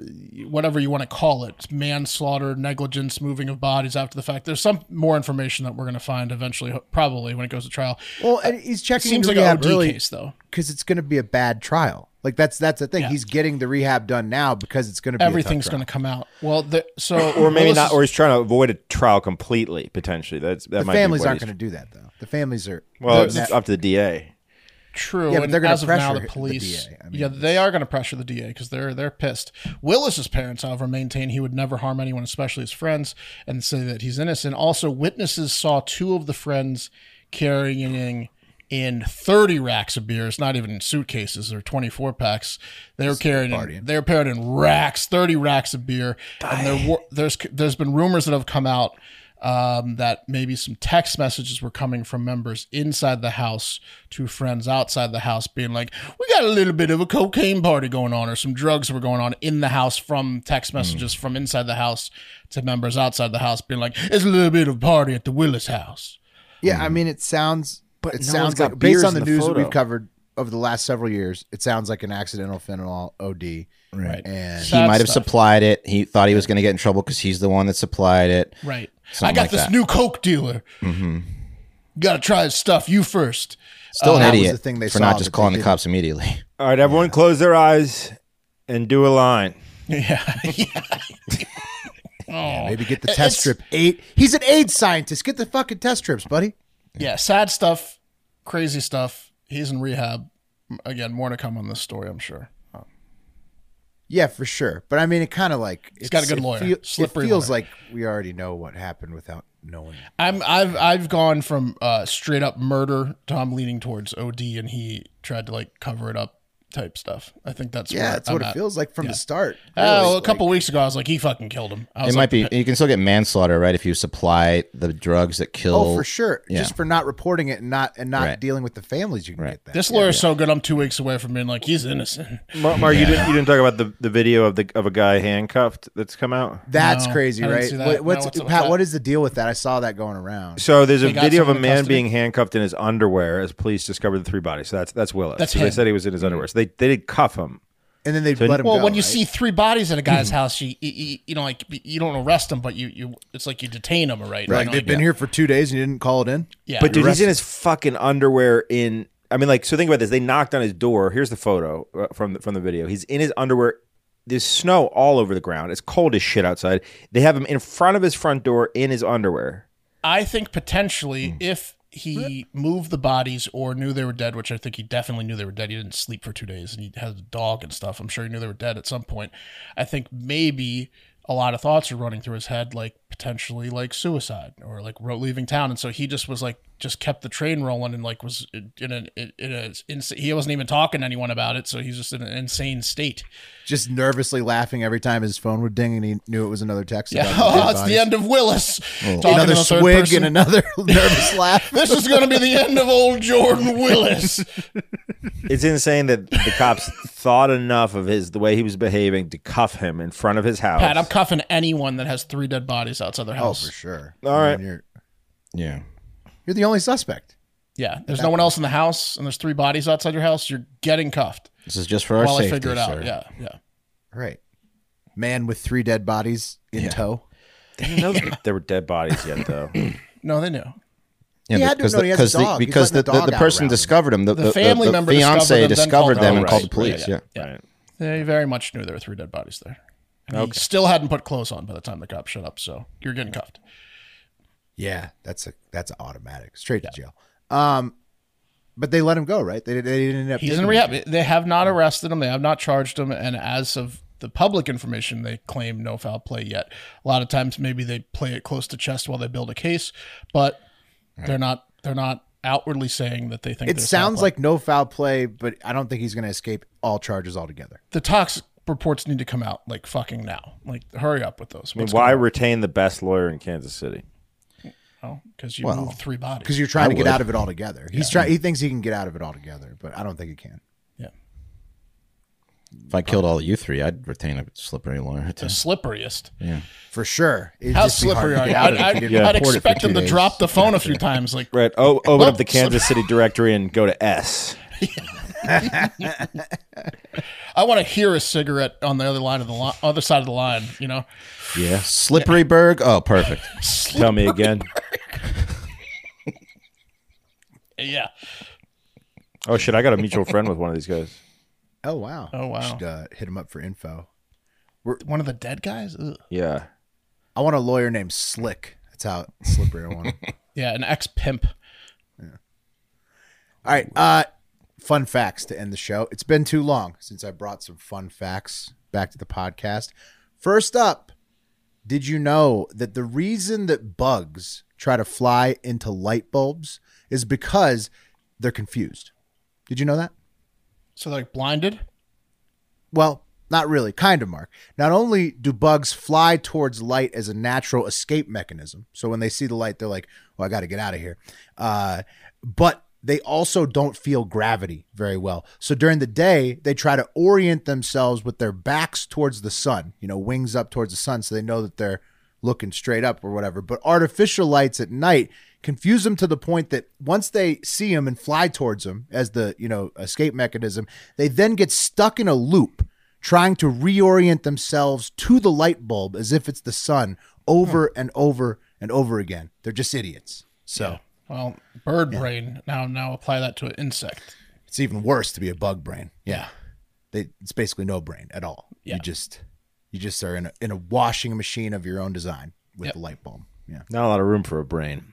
Speaker 2: whatever you want to call it, manslaughter, negligence, moving of bodies after the fact. There's some more information that we're going to find eventually, ho- probably when it goes to trial.
Speaker 3: well, and he's checking into
Speaker 2: Seems like an
Speaker 3: rehab
Speaker 2: OD
Speaker 3: really
Speaker 2: case, though.
Speaker 3: because it's going to be a bad trial. Like that's that's the thing. He's getting the rehab done now because it's going to be
Speaker 2: Everything's going to come out. Well, the, so
Speaker 4: or maybe
Speaker 2: Willis
Speaker 4: not,
Speaker 2: is-
Speaker 4: or he's trying to avoid a trial completely potentially. That's that
Speaker 3: The
Speaker 4: might be
Speaker 3: families
Speaker 4: what
Speaker 3: aren't
Speaker 4: he's-
Speaker 3: going to do that though. The families are
Speaker 4: Well,
Speaker 3: they're
Speaker 4: it's
Speaker 3: not-
Speaker 4: up to the DA.
Speaker 2: True.
Speaker 3: Yeah, but
Speaker 2: and
Speaker 3: they're gonna
Speaker 2: as of now,
Speaker 3: pressure
Speaker 2: the
Speaker 3: the
Speaker 2: police.
Speaker 3: DA. I
Speaker 2: yeah, they are going to pressure the DA because they're they're pissed. Willis's parents, however, maintain he would never harm anyone, especially his friends, and say that he's innocent. Also, witnesses saw two of the friends carrying in thirty racks of beers, not even in suitcases or twenty four packs. They were carrying in, they were carrying in racks, thirty racks of beer, and there were, there's there's been rumors that have come out um, that maybe some text messages were coming from members inside the house to friends outside the house, being like, "We got a little bit of a cocaine party going on, or some drugs were going on in the house." From text
Speaker 5: Hmm.
Speaker 2: messages from inside the house to members outside the house, being like, "It's a little bit of a party at the Willis house."
Speaker 3: Yeah, I mean, it sounds. But it
Speaker 4: no one's
Speaker 3: sounds
Speaker 4: got
Speaker 3: like based
Speaker 4: beers
Speaker 3: on the,
Speaker 4: in the
Speaker 3: news that
Speaker 4: photo.
Speaker 3: we've covered over the last several years, it sounds like an accidental fentanyl OD.
Speaker 2: Right.
Speaker 3: And
Speaker 5: He
Speaker 2: Sad
Speaker 5: might have
Speaker 2: stuff.
Speaker 5: supplied it. He thought he was going to get in trouble because he's the one that supplied it.
Speaker 2: Right. I
Speaker 5: Something
Speaker 2: got
Speaker 5: like
Speaker 2: this
Speaker 5: that. Mm-hmm.
Speaker 2: new coke dealer. You got to try his stuff. You first.
Speaker 5: Still
Speaker 3: that
Speaker 5: an
Speaker 3: was
Speaker 5: idiot
Speaker 3: the thing they saw
Speaker 5: for not
Speaker 3: that
Speaker 5: just
Speaker 3: they
Speaker 5: calling the
Speaker 3: didn't-
Speaker 5: cops immediately.
Speaker 4: All right, everyone, close their eyes and do a line.
Speaker 2: Yeah. yeah. Oh.
Speaker 3: maybe get the
Speaker 2: It-
Speaker 3: test
Speaker 2: it's-
Speaker 3: strip eight. He's an AIDS scientist. Get the fucking test strips, buddy.
Speaker 2: yeah, sad stuff, crazy stuff. He's in rehab. Again, more to come on this story, I'm sure.
Speaker 3: Yeah, for sure. But I mean, it kind of like it's
Speaker 2: got a good
Speaker 3: it
Speaker 2: lawyer.
Speaker 3: feel-
Speaker 2: Slippery
Speaker 3: it feels
Speaker 2: lawyer.
Speaker 3: like we already know what happened without knowing.
Speaker 2: I'm I've I've gone from uh, straight up murder to I'm leaning towards OD, and he tried to like cover it up type stuff. I think that's
Speaker 3: Yeah,
Speaker 2: where
Speaker 3: that's what
Speaker 2: I'm
Speaker 3: it
Speaker 2: at.
Speaker 3: feels like from the start.
Speaker 2: Oh,
Speaker 3: really.
Speaker 2: a couple weeks ago, I was like, he fucking killed him. I
Speaker 5: It
Speaker 2: was
Speaker 5: might
Speaker 2: like,
Speaker 5: be. You can still get manslaughter, right? If you supply the drugs that kill.
Speaker 3: Oh, for sure.
Speaker 5: Yeah.
Speaker 3: Just for not reporting it and not and not
Speaker 5: Right.
Speaker 3: dealing with the families, you can get that.
Speaker 2: This lawyer's so good, I'm two weeks away from being like, he's innocent.
Speaker 4: Mark, you didn't you didn't talk about the, the video of the of a guy handcuffed that's come out.
Speaker 3: That's
Speaker 2: No,
Speaker 3: crazy,
Speaker 2: I didn't
Speaker 3: right?
Speaker 2: see that.
Speaker 3: What-
Speaker 2: No,
Speaker 3: what's
Speaker 2: what's up with
Speaker 3: Pat?
Speaker 2: that?
Speaker 3: What is the deal with that? I saw that going around.
Speaker 4: So there's a
Speaker 2: They got
Speaker 4: video of a
Speaker 2: someone in
Speaker 4: man
Speaker 2: custody?
Speaker 4: being handcuffed in his underwear as police discovered the three bodies. So that's that's Willis.
Speaker 2: That's him.
Speaker 4: so
Speaker 2: Mm-hmm.
Speaker 4: they said he was in his underwear. So they, they did cuff him.
Speaker 3: And then they
Speaker 4: So-
Speaker 3: let him
Speaker 2: Well,
Speaker 3: go,
Speaker 2: when you
Speaker 3: right? Hmm.
Speaker 2: see three bodies at a guy's house, you, you you- you know like you don't arrest them, but you you it's like you detain them, right?
Speaker 3: like
Speaker 2: You know,
Speaker 3: they've been here for two days and you didn't call it in.
Speaker 2: yeah.
Speaker 4: But dude, he's in his fucking underwear. In I mean, like, so think about this. They knocked on his door. Here's the photo uh, from the, from the video. He's in his underwear. There's snow all over the ground. It's cold as shit outside. They have him in front of his front door in his underwear.
Speaker 2: I think potentially
Speaker 3: Hmm.
Speaker 2: if he moved the bodies or knew they were dead, which I think he definitely knew they were dead. He didn't sleep for two days and he has a dog and stuff. I'm sure he knew they were dead at some point. I think maybe a lot of thoughts are running through his head, like potentially like suicide or like ro- leaving town. And so he just was like, just kept the train rolling and like was in an, in a, in, he wasn't even talking to anyone about it. So he's just in an insane state.
Speaker 3: Just nervously laughing every time his phone would ding, and he knew it was another text.
Speaker 2: Yeah.
Speaker 3: about
Speaker 2: Oh,
Speaker 3: dead
Speaker 2: it's the
Speaker 3: bodies.
Speaker 2: end of Willis. Talking
Speaker 3: Another
Speaker 2: in the third
Speaker 3: swig
Speaker 2: person.
Speaker 3: and another nervous laugh.
Speaker 2: this is going to be the end of old Jordan Willis.
Speaker 4: It's insane that the cops thought enough of his the way he was behaving to cuff him in front of his house.
Speaker 2: Pat, I'm cuffing anyone that has three dead bodies outside their
Speaker 3: Oh,
Speaker 2: house.
Speaker 3: for sure.
Speaker 4: All right.
Speaker 3: you're,
Speaker 5: Yeah.
Speaker 3: you're the only suspect.
Speaker 2: Yeah, there's no one else in the house, and there's three bodies outside your house. You're getting cuffed
Speaker 5: This is just for our
Speaker 2: while
Speaker 5: safety.
Speaker 2: I figure it out.
Speaker 5: sir.
Speaker 2: Yeah, yeah.
Speaker 3: Right. Man with three dead bodies in tow.
Speaker 4: I didn't know that there were dead bodies yet, though.
Speaker 2: No, they knew.
Speaker 5: Yeah,
Speaker 3: He had to
Speaker 5: because
Speaker 3: know he has a
Speaker 5: because the,
Speaker 3: dog. He's
Speaker 5: because the,
Speaker 3: letting the
Speaker 5: the, the
Speaker 3: dog out
Speaker 5: person
Speaker 3: around him.
Speaker 5: discovered him. The,
Speaker 2: The family member discovered them,
Speaker 5: fiance
Speaker 2: then called
Speaker 5: discovered them
Speaker 2: the
Speaker 5: and called the
Speaker 4: police.
Speaker 5: police. Yeah.
Speaker 4: Right.
Speaker 2: They very much knew there were three dead bodies there. And He still hadn't put clothes on by the time the cop showed up, so you're getting cuffed.
Speaker 3: Yeah, that's a that's automatic, straight to jail. Um, but they let him go, right? They, they didn't end up.
Speaker 2: He's
Speaker 3: taking
Speaker 2: in
Speaker 3: him.
Speaker 2: rehab. They have not arrested him. They have not charged him. And as of the public information, they claim no foul play yet. A lot of times, maybe they play it close to chest while they build a case, but they're not. They're not outwardly saying that they think.
Speaker 3: It
Speaker 2: there's foul
Speaker 3: sounds
Speaker 2: play.
Speaker 3: like no foul play, but I don't think he's going to escape all charges altogether.
Speaker 2: the toxic reports need to come out like fucking now. Like hurry up with those.
Speaker 4: I mean,
Speaker 2: What's
Speaker 4: why
Speaker 2: going
Speaker 4: retain the best lawyer in Kansas City?
Speaker 2: on? Because oh, you moved three bodies.
Speaker 3: because you're trying to get out of it altogether. He's trying. He thinks he can get out of it altogether, but I don't think he can.
Speaker 2: yeah.
Speaker 5: If I killed all of you three, I'd retain a slippery lawyer.
Speaker 2: The slipperiest.
Speaker 3: For sure. It'd
Speaker 2: How
Speaker 3: just be hard
Speaker 2: slippery
Speaker 3: to
Speaker 2: are you?
Speaker 3: get out
Speaker 2: I'd,
Speaker 3: of it if you
Speaker 2: I'd,
Speaker 3: didn't
Speaker 2: I'd
Speaker 3: report it for
Speaker 2: expect
Speaker 3: two
Speaker 2: them to
Speaker 3: days.
Speaker 2: drop the phone a few times. Like
Speaker 4: Right. Oh, open up the
Speaker 2: Oops.
Speaker 4: Kansas City directory and go to S.
Speaker 2: I want to hear a cigarette on the other line of the li- other side of the line. You know,
Speaker 5: Yeah. Slippery Berg. Oh, perfect.
Speaker 4: Tell me again.
Speaker 2: yeah.
Speaker 4: Oh shit! I got a mutual friend with one of these guys.
Speaker 3: Oh wow.
Speaker 2: Oh, wow.
Speaker 3: Should uh, hit him up for info.
Speaker 2: One of the dead guys? Ugh.
Speaker 4: Yeah.
Speaker 3: I want a lawyer named Slick. That's how slippery I want him.
Speaker 2: Yeah, an ex pimp.
Speaker 3: All right. Uh, fun facts to end the show. It's been too long since I brought some fun facts back to the podcast. First up, did you know that the reason that bugs try to fly into light bulbs is because they're confused? Did you know that?
Speaker 2: So like blinded?
Speaker 3: Well, not really, kind of, Mark. Not only do bugs fly towards light as a natural escape mechanism, so when they see the light, they're like, well, I got to get out of here. Uh, but they also don't feel gravity very well. So during the day, they try to orient themselves with their backs towards the sun, you know, wings up towards the sun, so they know that they're looking straight up or whatever. But artificial lights at night confuse them to the point that once they see them and fly towards them as the, you know, escape mechanism, they then get stuck in a loop trying to reorient themselves to the light bulb as if it's the sun over
Speaker 2: Hmm.
Speaker 3: and over and over again. They're just idiots. So
Speaker 2: Well, bird brain. Now now apply that to an insect.
Speaker 3: it's even worse to be a bug brain. Yeah. They, it's basically no brain at all.
Speaker 2: Yeah.
Speaker 3: You just you just are in a, in a washing machine of your own design with
Speaker 2: Yep.
Speaker 3: the light bulb. Yeah.
Speaker 4: Not a lot of room for a brain.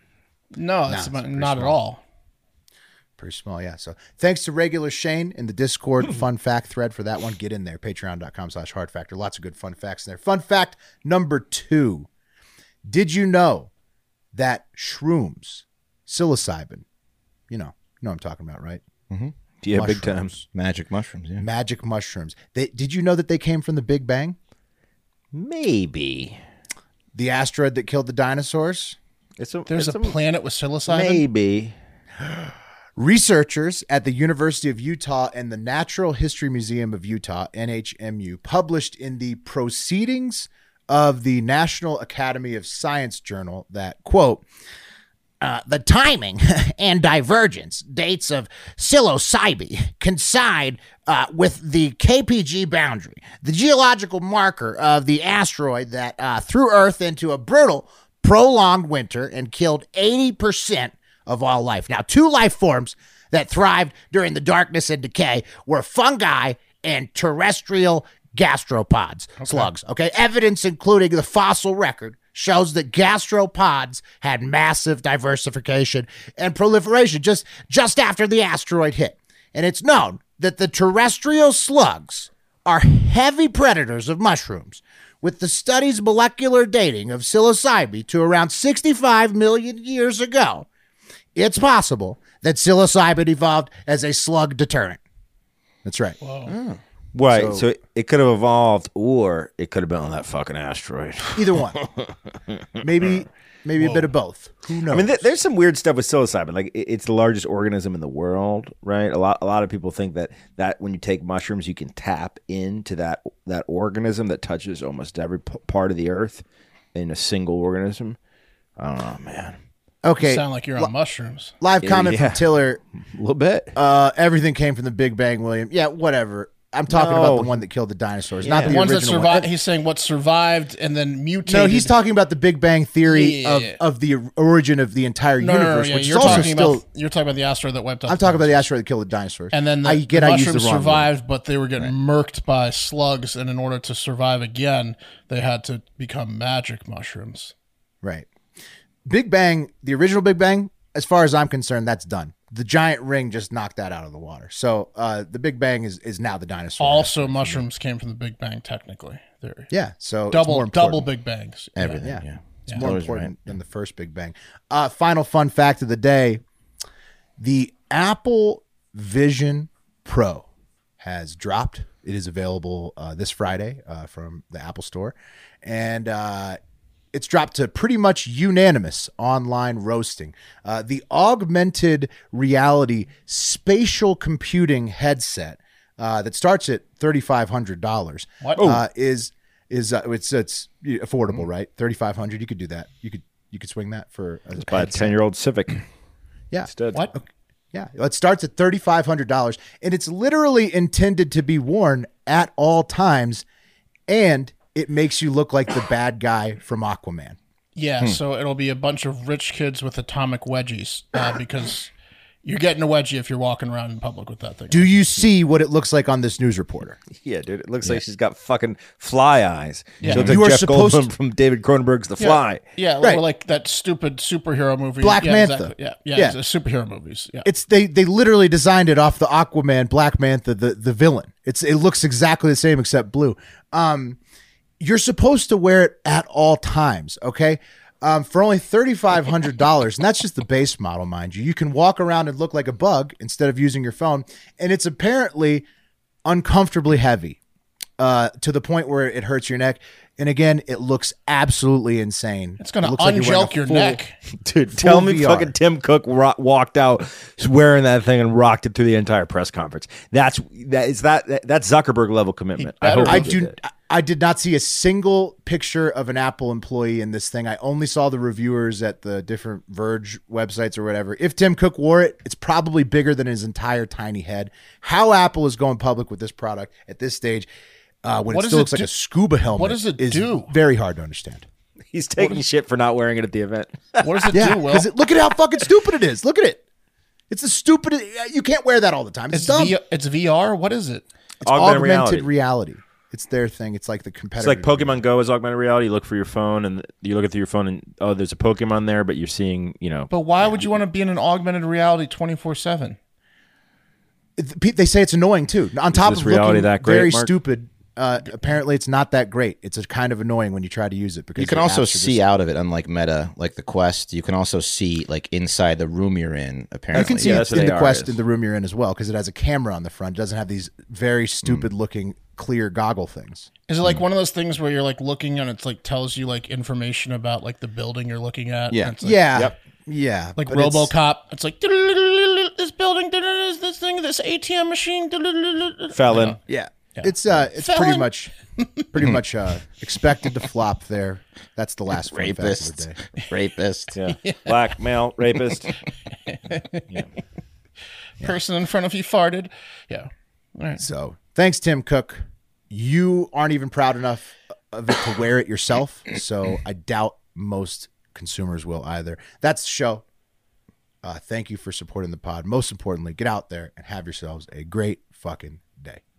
Speaker 2: No, that's
Speaker 3: it's
Speaker 2: not,
Speaker 3: pretty
Speaker 2: not at
Speaker 3: small.
Speaker 2: all.
Speaker 3: Pretty small, yeah. So thanks to regular Shane in the Discord fun fact thread for that one. Get in there, patreon.com slash hard factor. Lots of good fun facts in there. Fun fact number two. Did you know that shrooms, psilocybin, you know, you know what I'm talking about, right?
Speaker 4: Yeah, big time.
Speaker 3: Mushrooms.
Speaker 5: Magic mushrooms, yeah.
Speaker 3: Magic mushrooms. They, did you know that they came from the Big Bang?
Speaker 4: Maybe.
Speaker 3: The asteroid that killed the dinosaurs?
Speaker 4: It's a,
Speaker 2: There's
Speaker 4: it's
Speaker 2: a planet with psilocybin.
Speaker 4: maybe.
Speaker 3: Researchers at the University of Utah and the Natural History Museum of Utah, NHMU, published in the Proceedings of the National Academy of Science journal that, quote, uh, the timing and divergence dates of psilocybe coincide uh, with the KPG boundary, the geological marker of the asteroid that uh, threw Earth into a brutal, prolonged winter and killed 80% of all life. Now, two life forms that thrived during the darkness and decay were fungi and terrestrial gastropods, slugs. Okay. Evidence, including the fossil record, shows that gastropods had massive diversification and proliferation just, just after the asteroid hit. And it's known that the terrestrial slugs are heavy predators of mushrooms, with the study's molecular dating of psilocybe to around 65 million years ago. It's possible that psilocybin evolved as a slug deterrent. That's right.
Speaker 4: Right. So, it, it could have evolved, or it could have been on that fucking asteroid.
Speaker 3: Either one. maybe maybe a bit of both. Who knows?
Speaker 4: I mean, th- there's some weird stuff with psilocybin. Like, it, it's the largest organism in the world, right? A lot, a lot of people think that that when you take mushrooms, you can tap into that that organism that touches almost every p- part of the earth in a single organism. I don't know, man.
Speaker 3: okay.
Speaker 2: Sound like you're on mushrooms.
Speaker 3: Live comment
Speaker 4: yeah.
Speaker 3: from Tiller.
Speaker 4: A little bit.
Speaker 3: Uh, everything came from the Big Bang, William. Yeah, whatever. I'm talking about the one that killed the dinosaurs, not
Speaker 4: Yeah.
Speaker 3: the,
Speaker 2: The ones that
Speaker 3: original
Speaker 2: survived.
Speaker 3: one.
Speaker 2: He's saying what survived and then mutated.
Speaker 3: No, he's talking about the Big Bang theory
Speaker 2: Yeah, yeah,
Speaker 3: of,
Speaker 2: yeah.
Speaker 3: of the origin of the entire
Speaker 2: No, no, no,
Speaker 3: universe,
Speaker 2: yeah,
Speaker 3: which
Speaker 2: you're
Speaker 3: is also
Speaker 2: talking
Speaker 3: still.
Speaker 2: about you're talking about the asteroid that wiped out.
Speaker 3: I'm talking about the asteroid that killed the dinosaurs.
Speaker 2: And then the,
Speaker 3: I get
Speaker 2: the
Speaker 3: I used the
Speaker 2: mushrooms
Speaker 3: wrong word.
Speaker 2: survived, but they were getting murked by slugs, and in order to survive again, they had to become magic mushrooms.
Speaker 3: Right. Big Bang, the original Big Bang, as far as I'm concerned, that's done. The giant ring just knocked that out of the water. So uh, the Big Bang is, is now the dinosaur.
Speaker 2: Also, mushrooms came from the Big Bang, technically. Theory.
Speaker 3: yeah. So it's
Speaker 2: double
Speaker 3: more
Speaker 2: double
Speaker 3: important.
Speaker 2: Big Bangs.
Speaker 5: Everything,
Speaker 3: Yeah.
Speaker 5: yeah.
Speaker 3: It's more important than the first Big Bang. Uh, final fun fact of the day: the Apple Vision Pro has dropped. It is available uh, this Friday uh, from the Apple Store, and uh, it's dropped to pretty much unanimous online roasting. Uh, the augmented reality spatial computing headset uh, that starts at thirty five hundred dollars
Speaker 2: What?
Speaker 3: uh, is is uh, it's it's affordable, right? Thirty five hundred. You could do that. You could you could swing that for a,
Speaker 4: By a ten year old Civic.
Speaker 3: yeah.
Speaker 4: Instead.
Speaker 2: What?
Speaker 3: Yeah, it starts at thirty five hundred dollars, and it's literally intended to be worn at all times, and it makes you look like the bad guy from Aquaman. Hmm.
Speaker 2: Yeah, so it'll be a bunch of rich kids with atomic wedgies uh, because you're getting a wedgie if you're walking around in public with that thing.
Speaker 3: Do you see what it looks like on this news reporter?
Speaker 4: Yeah, dude. It looks like she's got fucking fly eyes.
Speaker 2: Yeah.
Speaker 4: She looks like
Speaker 3: You are
Speaker 4: Jeff
Speaker 3: supposed
Speaker 4: Goldblum
Speaker 3: to-
Speaker 4: from David Cronenberg's The Fly.
Speaker 2: Yeah,
Speaker 3: Right.
Speaker 2: or like that stupid superhero movie,
Speaker 3: Black
Speaker 2: yeah,
Speaker 3: Mantha.
Speaker 2: Exactly. Yeah, yeah,
Speaker 3: Yeah.
Speaker 2: it's, uh, superhero movies. Yeah,
Speaker 3: It's they they literally designed it off the Aquaman, Black Mantha, the the villain. It's it looks exactly the same except blue. Um, you're supposed to wear it at all times, okay? Um, for only thirty five hundred dollars, and that's just the base model, mind you. You can walk around and look like a bug instead of using your phone, and it's apparently uncomfortably heavy uh, to the point where it hurts your neck. And again, it looks absolutely insane.
Speaker 2: it's gonna
Speaker 3: it looks like you're
Speaker 2: unjelk
Speaker 3: wearing a
Speaker 2: your
Speaker 3: full-
Speaker 2: neck.
Speaker 4: Dude, tell me
Speaker 3: VR.
Speaker 4: fucking Tim Cook ro- walked out wearing that thing and rocked it through the entire press conference. That's that is that that- that's Zuckerberg level commitment. I hope
Speaker 3: I
Speaker 4: he
Speaker 3: do.
Speaker 4: did.
Speaker 3: I- I did not see a single picture of an Apple employee in this thing. I only saw the reviewers at the different Verge websites or whatever. If Tim Cook wore it, it's probably bigger than his entire tiny head. How Apple is going public with this product at this stage, uh, when
Speaker 2: What
Speaker 3: it
Speaker 2: does
Speaker 3: still
Speaker 2: it
Speaker 3: looks like
Speaker 2: do-
Speaker 3: a scuba helmet,
Speaker 2: does it
Speaker 3: is
Speaker 2: do?
Speaker 3: Very hard to understand.
Speaker 4: He's taking shit for not wearing it at the event.
Speaker 2: What does it
Speaker 3: Yeah,
Speaker 2: do? Will?
Speaker 3: because look at how fucking stupid it is. Look at it. It's the stupidest. You can't wear that all the time. It's,
Speaker 2: it's,
Speaker 3: dumb.
Speaker 2: V- it's VR. What is it?
Speaker 3: it's
Speaker 4: Augmented
Speaker 3: augmented,
Speaker 4: reality.
Speaker 3: reality. It's their thing. It's like the
Speaker 4: It's
Speaker 3: competitor.
Speaker 4: like Pokemon Go is augmented reality. You look for your phone and you look at through your phone and oh, there's a Pokemon there, but you're seeing you know.
Speaker 2: But why would you want to be in an augmented reality twenty four seven?
Speaker 3: It- pe- they say it's annoying too. On top
Speaker 4: this
Speaker 3: of
Speaker 4: reality
Speaker 3: looking
Speaker 4: that great,
Speaker 3: very
Speaker 4: Mark?
Speaker 3: stupid, uh, apparently it's not that great. It's a kind of annoying when you try to use it because
Speaker 5: You can
Speaker 3: the apps
Speaker 5: also
Speaker 3: are just-
Speaker 5: see out of it, unlike Meta, like the Quest. You can also see like inside the room you're in. Apparently,
Speaker 3: You can see
Speaker 4: Yeah,
Speaker 3: it
Speaker 4: that's what
Speaker 3: in the
Speaker 4: AR
Speaker 3: quest
Speaker 4: is.
Speaker 3: in the room you're in as well because it has a camera on the front. It doesn't have these
Speaker 4: Hmm.
Speaker 3: very stupid looking clear goggle things.
Speaker 2: Is it like
Speaker 3: Hmm.
Speaker 2: one of those things where you're like looking and it's like tells you like information about like the building you're looking at?
Speaker 5: Yeah.
Speaker 2: and it's like,
Speaker 3: yeah, yeah.
Speaker 2: Like
Speaker 3: but it's-
Speaker 2: RoboCop, it's, like this building, this thing, this ATM machine.
Speaker 4: Felon.
Speaker 3: Yeah. It's uh, it's pretty
Speaker 2: Felon.
Speaker 3: much, pretty much uh, expected to flop there. That's the last fun fact of the
Speaker 5: rapist,
Speaker 3: day.
Speaker 5: rapist.
Speaker 4: Yeah. Black male rapist.
Speaker 2: Person in front of you farted. Yeah. All right.
Speaker 3: So thanks, Tim Cook. You aren't even proud enough of it to wear it yourself. So I doubt most consumers will either. That's the show. Uh, thank you for supporting the pod. Most importantly, get out there and have yourselves a great fucking day.